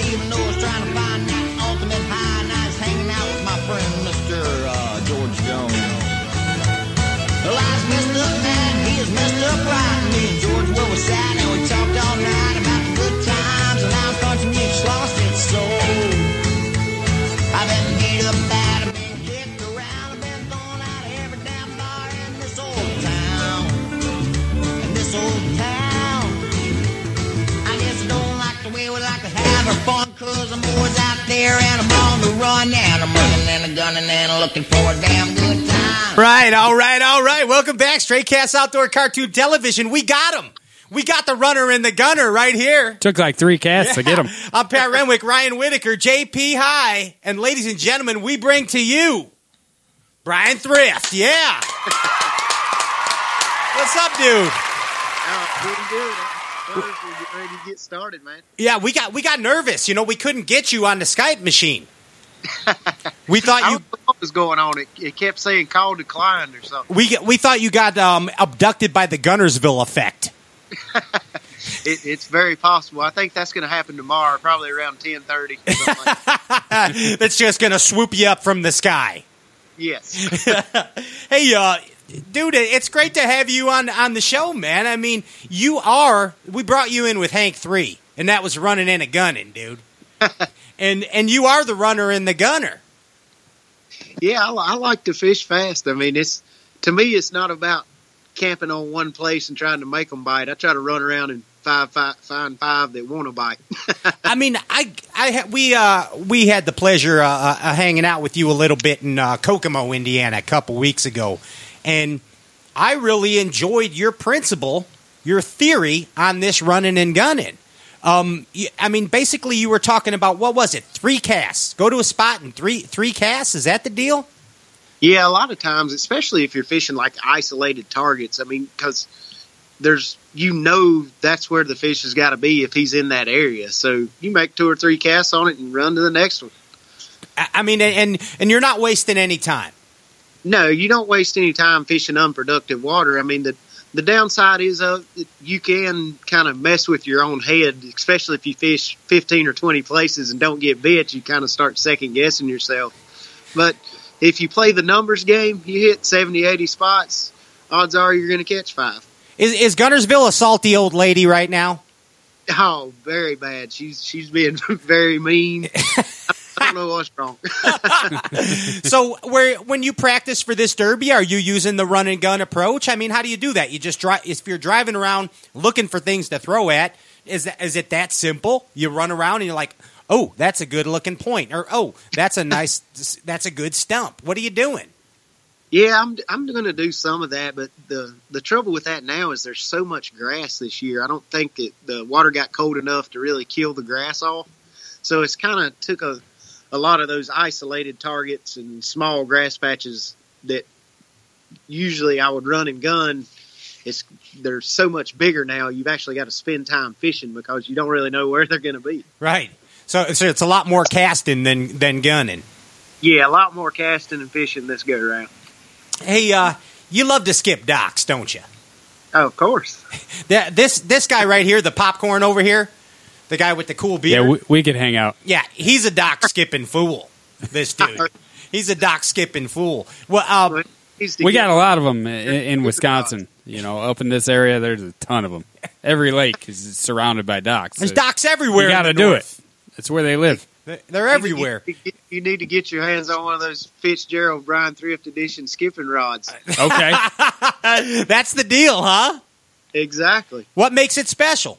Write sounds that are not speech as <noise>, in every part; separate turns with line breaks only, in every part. uh, microphone cause I'm always out there and I'm on the run and I'm running and I'm gunning and I'm looking for a damn good time.
Right, all right, all right. Welcome back, Straight Cast Outdoor Cartoon Television. We got him. We got the runner and the gunner right here.
Took like three casts to get him.
I'm Pat Renwick, Ryan Whitaker, JP High, and ladies and gentlemen, we bring to you Brian Thrift. Yeah. What's up, dude?
Pretty good. I'm nervous when we get ready to get started, man.
Yeah, we got we got nervous. You know, we couldn't get you on the Skype machine. We thought
I
you
don't know what was going on. It, it kept saying call declined or something.
we we thought you got um, abducted by the Gunnersville effect.
<laughs>
<laughs>
It, it's very possible. I think that's going to happen tomorrow, probably around ten <laughs> thirty.
That's just gonna swoop you up from the sky.
<laughs> yes,
Hey, uh, dude, it's great to have you on on the show, man. I mean, you are. We brought you in with Hank three, and that was running and a gunning, dude. and and you are the runner and the gunner.
yeah, I, li- I like to fish fast. I mean, it's to me, it's not about camping on one place and trying to make them bite. I try to run around and five, five, find five that want to bite. <laughs>
<laughs> I mean, I, I, ha- we, uh, we had the pleasure uh, uh, uh, hanging out with you a little bit in uh, Kokomo, Indiana, a couple weeks ago, and I really enjoyed your principle, your theory on this running and gunning. Um, y- I mean, basically, you were talking about what was it? Three casts. Go to a spot and three three casts. Is that the deal?
Yeah, a lot of times, especially if you're fishing like isolated targets. I mean, because there's you know that's where the fish has got to be if he's in that area. So you make two or three casts on it and run to the next one.
I, I mean, and and you're not wasting any time.
No, you don't waste any time fishing unproductive water. I mean, the the downside is uh, you can kind of mess with your own head, especially if you fish 15 or 20 places and don't get bit, you kind of start second guessing yourself. But if you play the numbers game, you hit 70, 80 spots, odds are you're going to catch five.
Is is Gunnersville a salty old lady right now?
Oh, very bad. She's she's been <laughs> very mean. I don't know what's wrong.
so where when you practice for this derby are you using the run and gun approach i mean how do you do that you just drive if you're driving around looking for things to throw at is that is it that simple you run around and you're like oh that's a good looking point or oh that's a nice that's a good stump what are you doing
Yeah, I'm I'm going to do some of that, but the the trouble with that now is there's so much grass this year. I don't think that the water got cold enough to really kill the grass off. So it's kind of took a a lot of those isolated targets and small grass patches that usually I would run and gun. It's they're so much bigger now. You've actually got to spend time fishing because you don't really know where they're going to be.
right so, so it's a lot more casting than than gunning
Yeah, a lot more casting and fishing this go around.
hey uh you love to skip docks don't you
Oh, of course. <laughs>
that, this this guy right here the popcorn over here the guy with the cool beard
Yeah, we, we could hang out.
Yeah, he's a dock skipping fool. This dude, he's a dock skipping fool. Well, uh,
Needs to
We
get-
got a lot of them in, in Wisconsin. You know, up in this area, there's a ton of them. Every lake is surrounded by docks.
there's
So
docks everywhere.
We got to
in the
do
north.
it. That's where they live.
They're- They're everywhere.
<laughs>
<laughs>
You, you- you need to get your hands on one of those Fitzgerald Brian Thrift Edition skipping rods.
Okay.
That's the deal, huh?
Exactly.
What makes it special?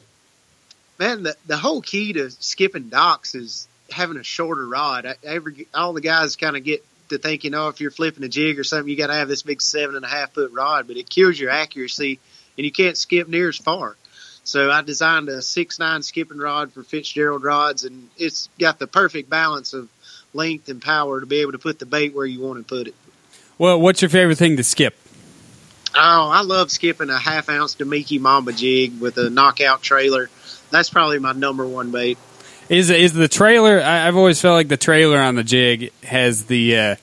Man, the, the whole key to skipping docks is having a shorter rod. I- Every All the guys kind of get to thinking, oh, if you're flipping a jig or something, you got to have this big seven and a half foot rod, but it kills your accuracy and you can't skip near as far. So I designed a six nine skipping rod for Fitzgerald rods, and it's got the perfect balance of length and power to be able to put the bait where you want to put it.
well, what's your favorite thing to skip?
Oh, I love skipping a half ounce Damiki Mamba jig with a knockout trailer. That's probably my number one bait.
Is is the trailer? I, I've always felt like the trailer on the jig has the uh,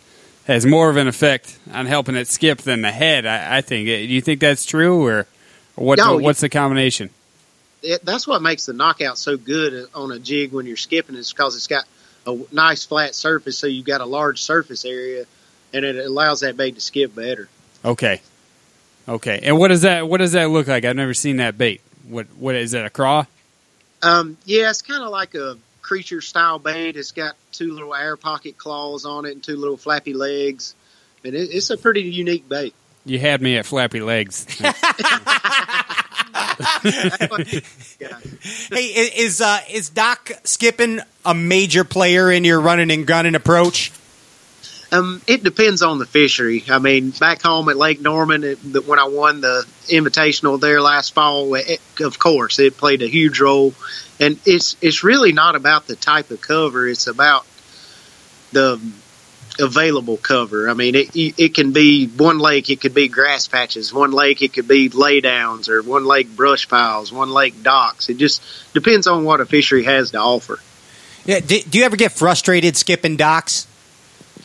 has more of an effect on helping it skip than the head. I, I think. Do you think that's true, or what?
No,
what's the combination?
It, that's what makes the knockout so good on a jig when you're skipping is because it's got a nice flat surface, so you've got a large surface area, and it allows that bait to skip better.
Okay, okay. And what does that what does that look like? I've never seen that bait. What what is that? A craw?
Um, yeah, it's kind of like a creature style bait. It's got two little air pocket claws on it and two little flappy legs, and it, it's a pretty unique bait.
<laughs> You had me at flappy legs.
Yeah.
Hey, i- is uh, is Doc Skipping a major player in your running and gunning approach?
Um, it depends on the fishery. I mean, back home at Lake Norman, it, the, when I won the Invitational there last fall, it, of course, it played a huge role. And it's it's really not about the type of cover; it's about the available cover. I mean, it it can be one lake, it could be grass patches. One lake, it could be laydowns, or one lake brush piles, one lake docks. It just depends on what a fishery has to offer.
Yeah, do, do you ever get frustrated skipping docks?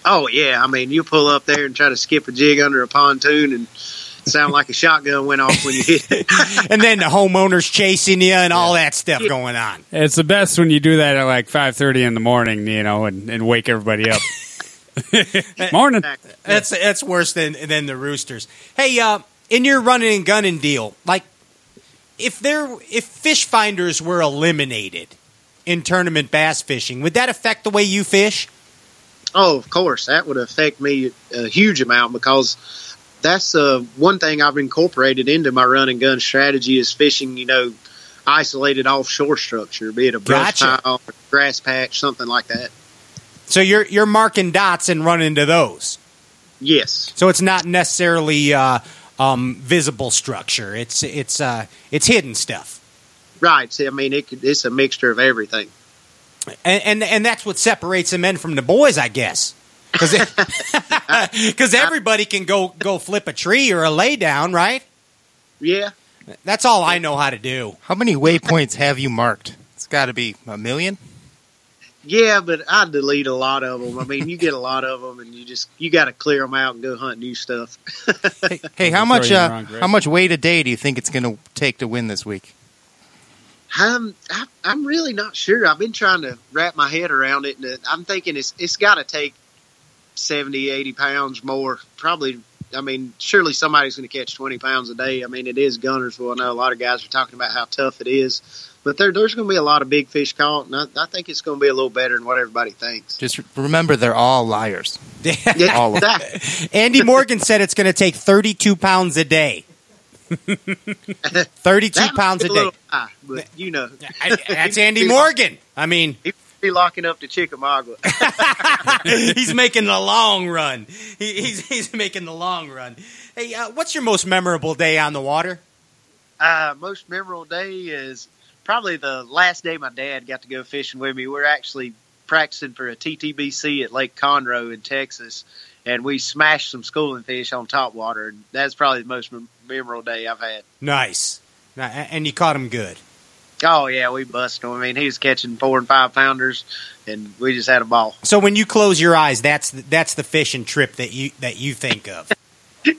Oh yeah, I mean you pull up there and try to skip a jig under a pontoon and sound like a shotgun went off when you hit. it.
and then the homeowners chasing you and all that stuff going on.
It's the best when you do that at like five thirty in the morning, you know, and, and wake everybody <laughs> up. morning.
That's that's worse than than the Roosters. Hey, uh, in your running and gunning deal, like if there if fish finders were eliminated in tournament bass fishing, would that affect the way you fish?
Oh, of course, that would affect me a huge amount because that's uh, one thing I've incorporated into my run and gun strategy is fishing. You know, isolated offshore structure, be it a brush
Gotcha.
pile, or grass patch, something like that.
So you're you're marking dots and running to those.
Yes,
So it's not necessarily uh, um, visible structure. It's it's uh, it's hidden stuff.
right. See, I mean, it could, it's a mixture of everything.
and and, and that's what separates the men from the boys, I guess. Because <laughs> everybody can go go flip a tree or a lay down, right?
Yeah,
That's all I know how to do.
How many waypoints have you marked? It's got to be a million.
Yeah, but I delete a lot of them. I mean, you get a lot of them, and you just you got to clear them out and go hunt new stuff. <laughs>
<laughs>
Hey, hey how
Throw
much
you in the
uh,
wrong direction.
how much weight a day do you think it's going to take to win this week?
I'm I, I'm really not sure. I've been trying to wrap my head around it, and uh, I'm thinking it's it's got to take 70, 80 pounds more. Probably, I mean, surely somebody's going to catch twenty pounds a day. I mean, it is Gunnersville. I know a lot of guys are talking about how tough it is, but there there's going to be a lot of big fish caught, and I, I think it's going to be a little better than what everybody thinks.
Just remember, they're all liars. All of
that,
<laughs> Andy Morgan said it's going to take 32 pounds a
<laughs>
day. 32
that might
pounds a
be
day.
little high, but you know.
I- that's
<laughs>
Andy Morgan. I mean, <laughs>
He would be locking up to Chickamauga.
he's making the long run. He, he's he's making the long run. Hey, uh, what's your most memorable day on the water?
uh, most memorable day is probably the last day my dad got to go fishing with me. We We're actually practicing for a TTBC at Lake Conroe in Texas, and we smashed some schooling fish on top water. And that's probably the most mem- memorable day I've had.
Nice. Now, a- And you caught him good.
Oh yeah, we busted him. I mean, he was catching four and five pounders, and we just had a ball. <laughs>
So when you close your eyes, that's the, that's the fishing trip that you that you think of.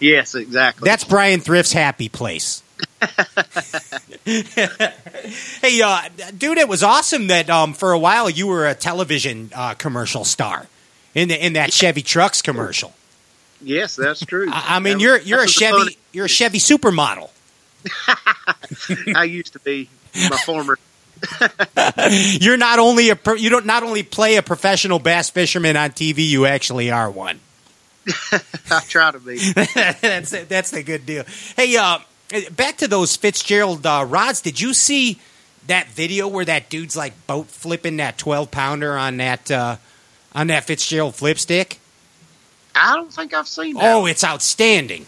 yes, exactly.
That's Brian Thrift's happy place. <laughs> hey, uh, dude, it was awesome that um, for a while you were a television uh, commercial star in the, in that Chevy trucks commercial.
yes, that's true.
<laughs> I, I mean,
That-
you're you're a
that's the
Chevy
fun-
you're a Chevy supermodel.
I used to be my former. <laughs>
You're not only a pro, you don't not only play a professional bass fisherman on TV, you actually are one.
I try to be.
<laughs> that's that's the good deal. Hey, uh, back to those Fitzgerald uh, rods. Did you see that video where that dude's like boat flipping that twelve pounder on that uh, on that Fitzgerald flip stick?
I don't think I've seen that.
Oh, it's outstanding.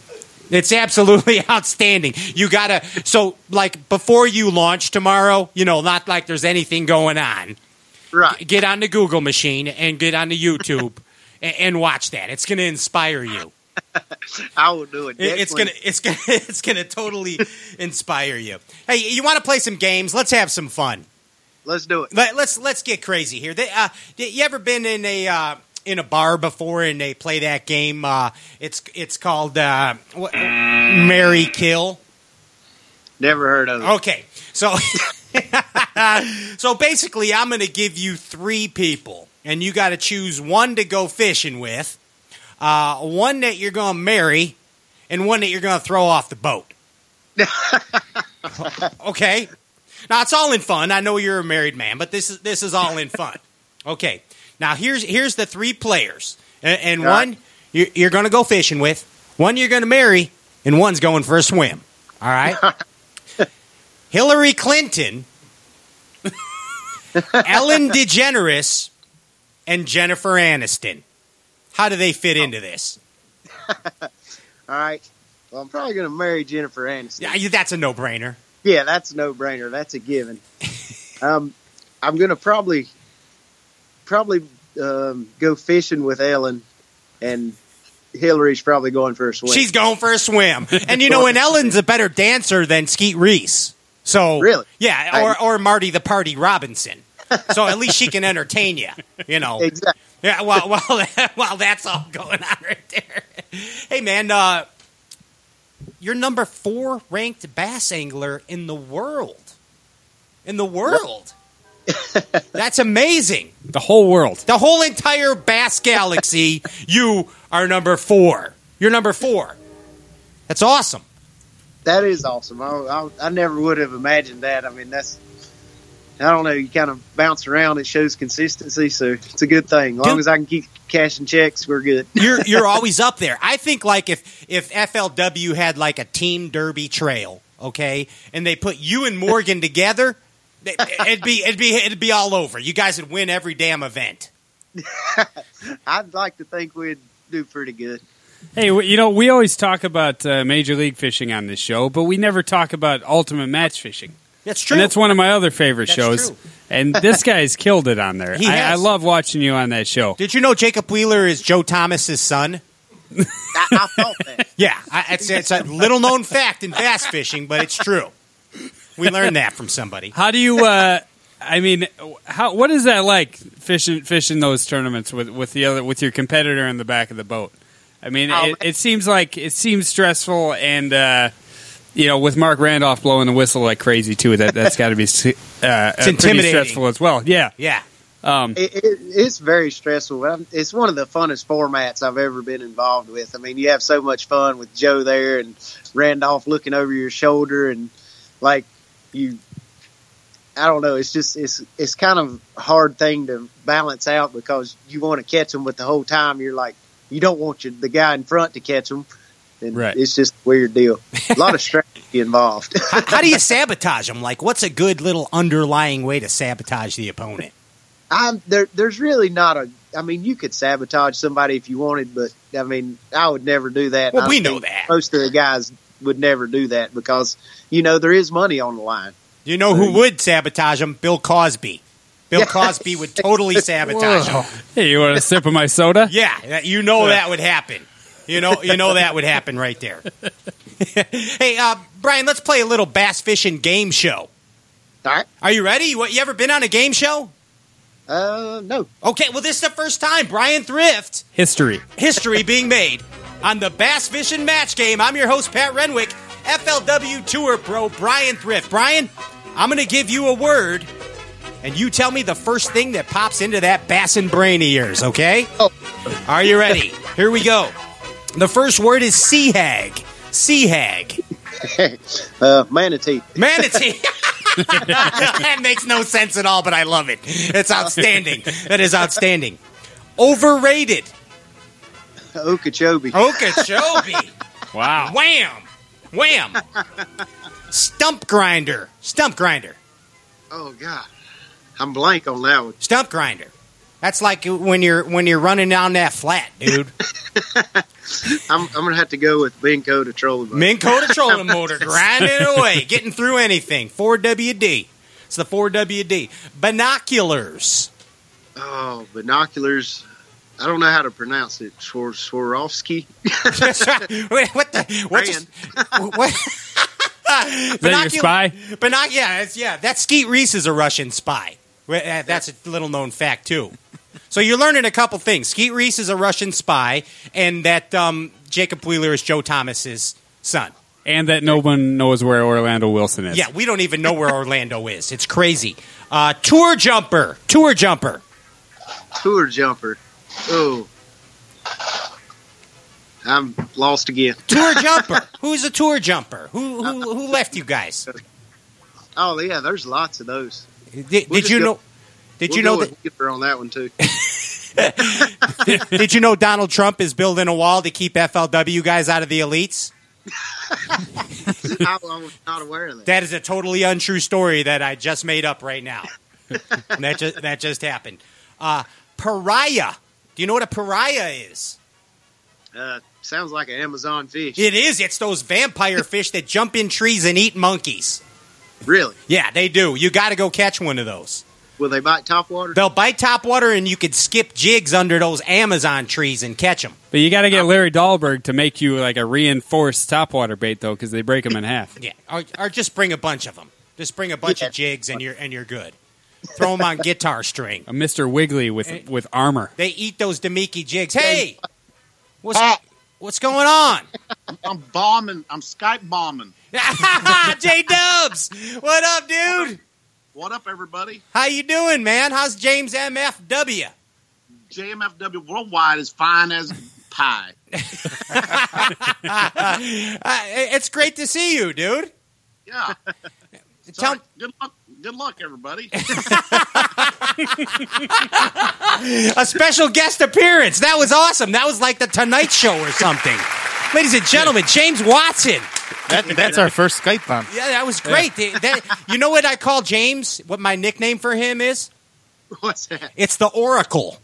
It's absolutely <laughs> outstanding. You gotta so like before you launch tomorrow. You know, not like there's anything going on.
right.
Get on the Google machine and get on the YouTube and, and watch that. It's gonna inspire you.
I will do it.
It- it's
Definitely.
gonna it's gonna <laughs> it's gonna totally inspire you. Hey, you want to play some games? Let's have some fun.
Let's do it.
Let, let's let's get crazy here. They, uh, y- you ever been in a uh, in a bar before and they play that game? Uh, it's it's called uh, what, Mary Kill.
Never heard of it.
Okay, so <laughs> so basically, I'm going to give you three people, and you got to choose one to go fishing with, uh, one that you're going to marry, and one that you're going to throw off the boat. okay, now it's all in fun. I know you're a married man, but this is this is all in fun. Okay, now here's here's the three players, and, and
All right.
one you're, you're going to go fishing with, one you're going to marry, and one's going for a swim. All right. Hillary Clinton, Ellen DeGeneres, and Jennifer Aniston. How do they fit into this?
All right. Well, I'm probably going to marry Jennifer Aniston.
Yeah, you- that's a no-brainer.
Yeah, that's a no brainer. That's a given.
<laughs>
um, I'm gonna probably probably um, go fishing with Ellen, and Hillary's probably going for a swim.
She's going for a swim, and you know, and Ellen's a better dancer than Skeet Reese. So
Really?
yeah, or or Marty the Party Robinson. So at least she can entertain you. You know,
exactly.
Yeah, while while <laughs> while that's all going on right there. Hey man, uh you're number four ranked bass angler in the world. In the world. that's amazing.
The whole world.
The whole entire bass galaxy, you are number four. You're number four. That's awesome.
That is awesome. I, I, I never would have imagined that. I mean, that's I don't know. You kind of bounce around. It shows consistency, so it's a good thing. As long
Dude.
as I can keep cashing checks, we're good.
You're you're always up there. I think like if if FLW had like a team derby trail, okay, and they put you and Morgan together, they- it'd be it'd be it'd be all over. You guys would win every damn event.
I'd like to think we'd do pretty good.
Hey, w- you know, we always talk about uh, Major League Fishing on this show, but we never talk about Ultimate Match Fishing.
That's true.
And that's one of my other favorite
That's
shows.
true.
And this guy's killed it on there.
He
I, I
has.
love watching you on that show.
Did you know Jacob Wheeler is Joe Thomas's son?
I, I thought that.
Yeah, I, it's it's a little known fact in bass fishing, but it's true. We learned that from somebody.
How do you? Uh, <laughs> I mean, how what is that like fishing fishing those tournaments with, with the other with your competitor in the back of the boat? I mean,
Oh,
it, it seems like it seems stressful, and uh, you know, with Mark Randolph blowing the whistle like crazy too, that that's got to be <laughs> s- uh, uh, pretty
intimidating.
stressful as well. Yeah,
Yeah,
<laughs>
um,
it, it, it's very stressful. Um, It's one of the funnest formats I've ever been involved with. I mean, you have so much fun with Joe there and Randolph looking over your shoulder and like you. I don't know. It's just it's it's kind of a hard thing to balance out because you want to catch them, but the whole time you're like you don't want your, the guy in front to catch them. And
Right.
It's just a weird deal. A lot of strategy involved.
how, how do you sabotage them? Like, what's a good little underlying way to sabotage the opponent?
I'm there. There's really not a. I mean, you could sabotage somebody if you wanted, but I mean, I would never do that.
Well,
And I
we know
think
that.
most of the guys would never do that because you know there is money on the line.
You know who would sabotage him? Bill Cosby. Bill Cosby would totally sabotage him.
hey, you want a sip of my soda?
Yeah, that- you know that would happen. You know, you know that would happen right there. <laughs> hey, uh, Brian, let's play a little bass fishing game show.
All right.
Are you ready? What, you ever been on a game show?
Uh, no.
Okay, well, this is the first time Brian Thrift
History.
<laughs> history being made on the Bass Fishing Match Game. I'm your host, Pat Renwick, FLW Tour Pro Brian Thrift. Brian, I'm going to give you a word, and you tell me the first thing that pops into that bass and brain of yours, okay?
Oh.
Are you ready? Here we go. The first word is sea hag. Sea hag.
uh, manatee.
Manatee. <laughs> that makes no sense at all, but I love it. It's outstanding. That is outstanding. Overrated. Oh.
Okeechobee.
Okeechobee.
Wow.
Wham! Wham! Stump grinder. Stump grinder.
Oh God, I'm blank on that one.
Stump grinder. That's like when you're when you're running down that flat, dude.
I'm, I'm gonna have to go with Benko to troll him.
Minn Kota trolling motor grinding away, getting through anything. 4WD. It's the 4WD. Binoculars. <laughs>
Oh, binoculars. I don't know how to pronounce it. Swor- Swarovski.
That's right. Wait, what the? What? Just, what?
Is that your
Binocu-
spy?
Binoc- yeah, it's, yeah. That Skeet Reese is a Russian spy. Well, that- That's a little known fact too. So you're learning a couple things. Skeet Reese is a Russian spy, and that um, Jacob Wheeler is Joe Thomas's son.
And that no one knows where Orlando Wilson is.
Yeah, we don't even know where Orlando is. It's crazy. Uh, tour jumper, tour jumper.
tour jumper. Oh, I'm lost again.
Tour
<laughs>
jumper. Who's a tour jumper? Who who, who left you guys?
Oh yeah, there's lots of those.
Did,
We'll
did
just
you
go-
know? Did
We'll
you know
go
that?
with Hitler on that
<laughs>
one too?
Did you know Donald Trump is building a wall to keep FLW guys out of the elites?
I was not aware of that.
That is a totally untrue story that I just made up right now. that just that just happened. Uh, pariah. Do you know what a pariah is?
Uh, sounds like an Amazon fish.
It is. It's those vampire fish that jump in trees and eat monkeys.
Really?
Yeah, they do. You got to go catch one of those.
Will they bite top water?
They'll bite top water, and you can skip jigs under those Amazon trees and catch them.
But you got to get Larry Dahlberg to make you like a reinforced topwater bait though, because they break them in half.
Yeah, or, or just bring a bunch of them. Just bring a bunch of jigs, and you're and you're good. Throw them on guitar string.
A Mister Wiggly with with armor.
They eat those Demiki jigs. Hey, what's what's going on? <laughs>
I'm bombing. I'm Skype bombing.
J Dubs, what up, dude?
What up, everybody?
How you doing, man? How's James MFW?
JMFW Worldwide is fine as
<laughs>
pie.
Uh, it's great to see you, dude.
Yeah.
Tell,
Sorry. good luck. Good luck, everybody.
<laughs> a special guest appearance. That was awesome. That was like the Tonight Show or something. Ladies and gentlemen, James Watson.
That, that's our first Skype bomb.
Yeah, that was great. That- you know what I call James? What my nickname for him is?
<laughs> What's that?
It's the Oracle.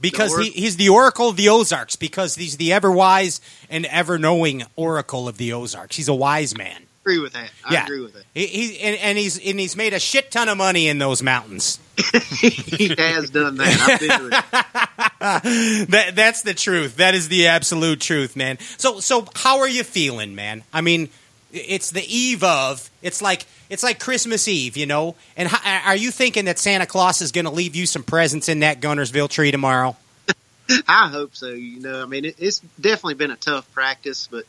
Because
The or-
he, he's the Oracle of the Ozarks, because he's the ever wise and ever knowing Oracle of the Ozarks. He's a wise man.
I agree with that. I
Yeah.
agree with that.
He, he, and, and he's and he's made a shit ton of money in those mountains. <laughs>
He has done that. I've been to it.
That that's the truth. That is the absolute truth, man. So so how are you feeling, man? I mean, it's the eve of. It's like it's like Christmas Eve, you know. And how, are you thinking that Santa Claus is going to leave you some presents in that Gunnersville tree tomorrow?
I hope so. You know, I mean, it, it's definitely been a tough practice, but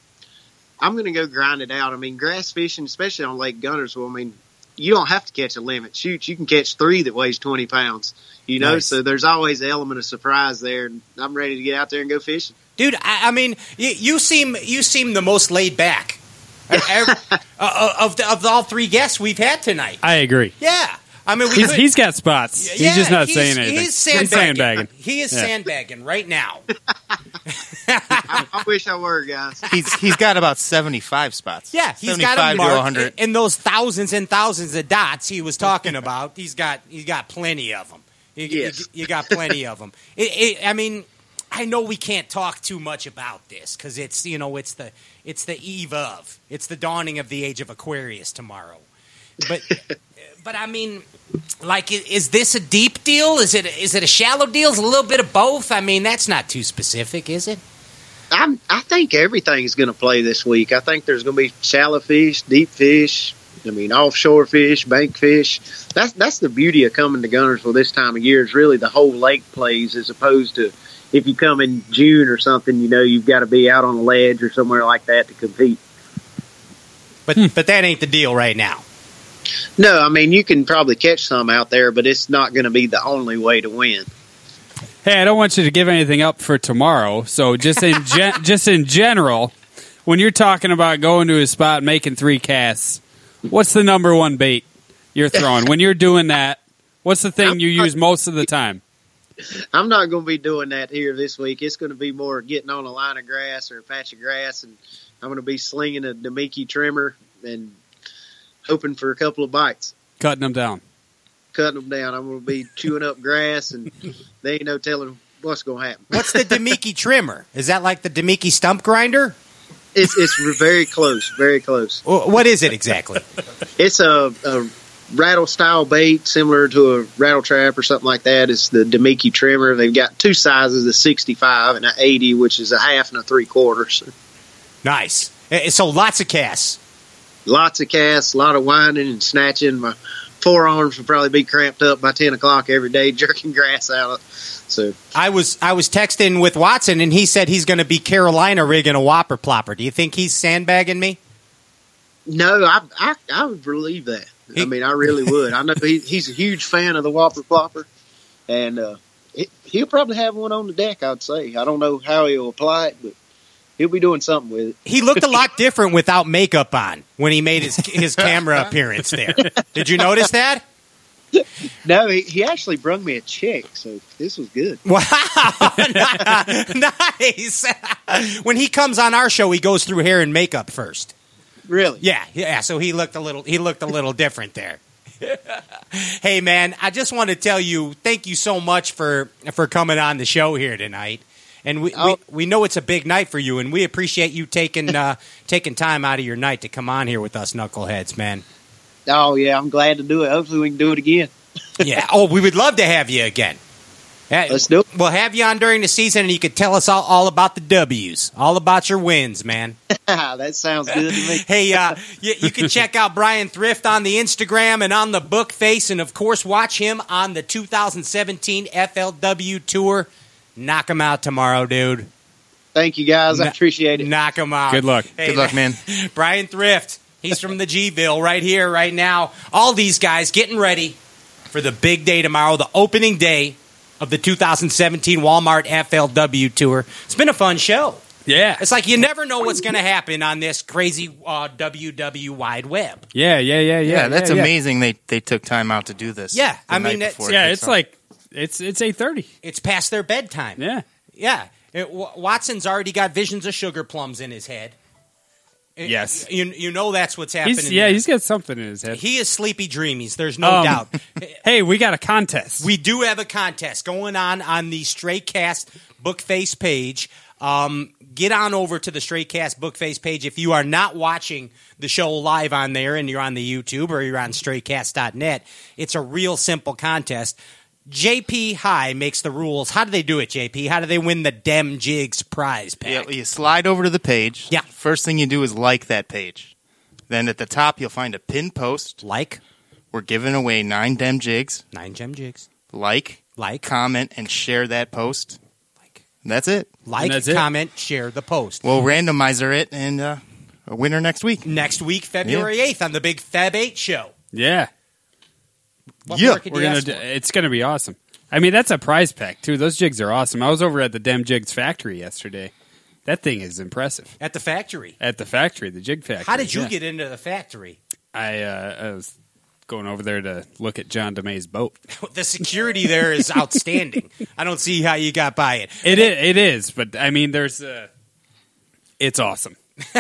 I'm going to go grind it out. I mean, grass fishing, especially on Lake Gunnersville, I mean, you don't have to catch a limit shoot. You can catch three that weighs 20 pounds, you know,
Nice.
so there's always an element of surprise there. And I'm ready to get out there and go fishing.
Dude, I, I mean, you, you seem you seem the most laid back
<laughs>
Uh, uh, of the, of the all three guests we've had tonight.
I agree.
Yeah, I mean, we
He's,
could-
he's got spots.
Yeah,
he's just not
he's-
saying anything.
He's sandbagging.
sandbagging.
He is
Yeah.
sandbagging right now.
I, I wish I were, guys.
He's he's got about seventy five spots.
Yeah, he's got
75
him
to
marked
100.
in those thousands and thousands of dots he was talking <laughs> about. He's got he's got plenty of them. You, you-
Yes.
you, got plenty of them. It, it, I mean, I know we can't talk too much about this because it's you know it's the it's the eve of it's the dawning of the age of Aquarius tomorrow. But but I mean, like, i- is this a deep deal? Is it is it a shallow deal? Is it a little bit of both? I mean, that's not too specific, is it?
I'm, I think everything's going to play this week. I think there's going to be shallow fish, deep fish. I mean, offshore fish, bank fish. That's that's the beauty of coming to Gunnersville this time of year is really the whole lake plays as opposed to if you come in June or something. You know, you've got to be out on a ledge or somewhere like that to compete.
But but that ain't the deal right now.
No, I mean you can probably catch some out there, but it's not going to be the only way to win.
Hey, I don't want you to give anything up for tomorrow. So just in
<laughs>
gen- just in general, when you're talking about going to a spot and making three casts, what's the number one bait you're throwing? when you're doing that, what's the thing you use most of the time?
I'm not going to be doing that here this week. It's going to be more getting on a line of grass or a patch of grass, and I'm going to be slinging a Demiki trimmer and hoping for a couple of bites,
Cutting them down.
cutting them down. I'm going to be chewing up grass, and they ain't no telling what's going to happen.
What's the Demiki trimmer? Is that like the Demiki stump grinder?
It's it's very close, very close.
Wh- What is it exactly?
It's a, a rattle style bait similar to a rattle trap or something like that. It's the Demiki trimmer. They've got two sizes: a 65 and a 80, which is a half and a three quarters.
nice. Eh, So lots of casts.
lots of casts, a lot of winding and snatching. My forearms would probably be cramped up by ten o'clock every day, <laughs> jerking grass out. So
I was I was texting with Watson and he said he's going to be Carolina rigging a whopper plopper. Do you think he's sandbagging me?
no, I I, I would believe that. I mean, I really would. I know he, he's a huge fan of the Whopper Plopper, and uh, he, he'll probably have one on the deck. I'd say. I don't know how he'll apply it, but he'll be doing something with it.
He looked a lot different without makeup on when he made his his camera appearance there. Did you notice that?
No, he, he actually brung me a check, so this was good.
Wow, <laughs> <laughs> nice. when he comes on our show, he goes through hair and makeup first.
Really?
Yeah, yeah. So he looked a little he looked a little different there. <laughs> hey man, I just want to tell you thank you so much for for coming on the show here tonight. And we,
Oh.
we, we know it's a big night for you, and we appreciate you taking
<laughs>
uh, taking time out of your night to come on here with us, knuckleheads,
<laughs>
man.
Oh yeah, I'm glad to do it. Hopefully we can do it again. <laughs>
Yeah. Oh, we would love to have you again. Yeah,
Let's do it.
We'll have you on during the season, and you can tell us all, all about the W's, all about your wins, man.
that sounds good to me.
Hey, uh, <laughs> you, you can check out Brian Thrift on the Instagram and on the book face, and of course, watch him on the 2017 FLW Tour. Knock him out tomorrow, dude.
Thank you guys. I
No-
appreciate it.
Knock him out.
Good luck.
Hey,
Good luck, man.
Brian Thrift. He's from the Gville right here, right now. All these guys getting ready for the big day tomorrow, the opening day of the 2017 Walmart FLW Tour. It's been a fun show.
Yeah.
It's like you never know what's going to happen on this crazy uh, WW wide web.
Yeah, yeah, yeah, yeah.
Yeah, that's
yeah, yeah.
amazing. They they took time out to do this.
Yeah,
the
I
night
mean, that's-
before it
Yeah,
kicks
it's
off.
like it's it's eight thirty.
It's past their bedtime.
Yeah.
Yeah. It, w- Watson's already got visions of sugar plums in his head. It-
Yes.
You, you know that's what's happening.
He's, yeah,
there.
he's got something in his head.
he is sleepy dreamies. There's no
Um,
doubt.
Hey, we got a contest.
We do have a contest going on on the Straycast Bookface page. Um, get on over to the Straycast Bookface page if you are not watching the show live on there and you're on the YouTube or you're on straycast.net. It's a real simple contest. JP High makes the rules. How do they do it, JP? How do they win the Dem Jigs prize
Yeah,
pack?
you slide over to the page.
Yeah.
First thing you do is like that page. Then at the top you'll find a pin post.
Like
We're giving away nine dem jigs.
nine gem jigs.
Like,
Like,
comment, and share that post.
Like.
And that's it.
like,
that's it.
comment, share the post.
We'll randomizer it and uh, a winner next week.
Next week, February 8th, on the big Feb 8 show.
yeah,
What
Yeah,
more could
we're
you
gonna.
ask
Do,
for?
it's gonna be awesome. I mean, that's a prize pack too. Those jigs are awesome. I was over at the Dem Jigs factory yesterday. That thing is impressive.
at the factory.
At the factory, the jig factory.
How did you
yeah.
get into the factory? <laughs>
I, uh, I was going over there to look at John DeMay's boat.
The security there is
<laughs>
outstanding. I don't see how you got by it.
It is, it is, but I mean, there's. Uh, it's awesome.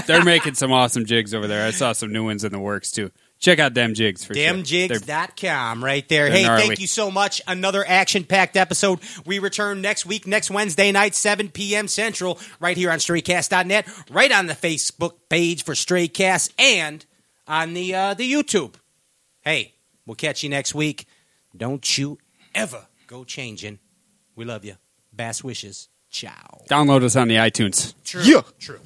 They're making some awesome jigs over there. I saw some new ones in the works too. Check out Dem Jigs for sure. They're-
Damnjigs.com right there.
they're
Hey,
gnarly.
thank you so much. Another action packed episode. We return next week, next Wednesday night, 7 p.m. Central, right here on StrayCast.net, right on the Facebook page for StrayCast and on the, uh, the YouTube. Hey, we'll catch you next week. Don't you ever go changing. We love you. Best wishes. Ciao.
Download us on the iTunes.
True. Yeah. True.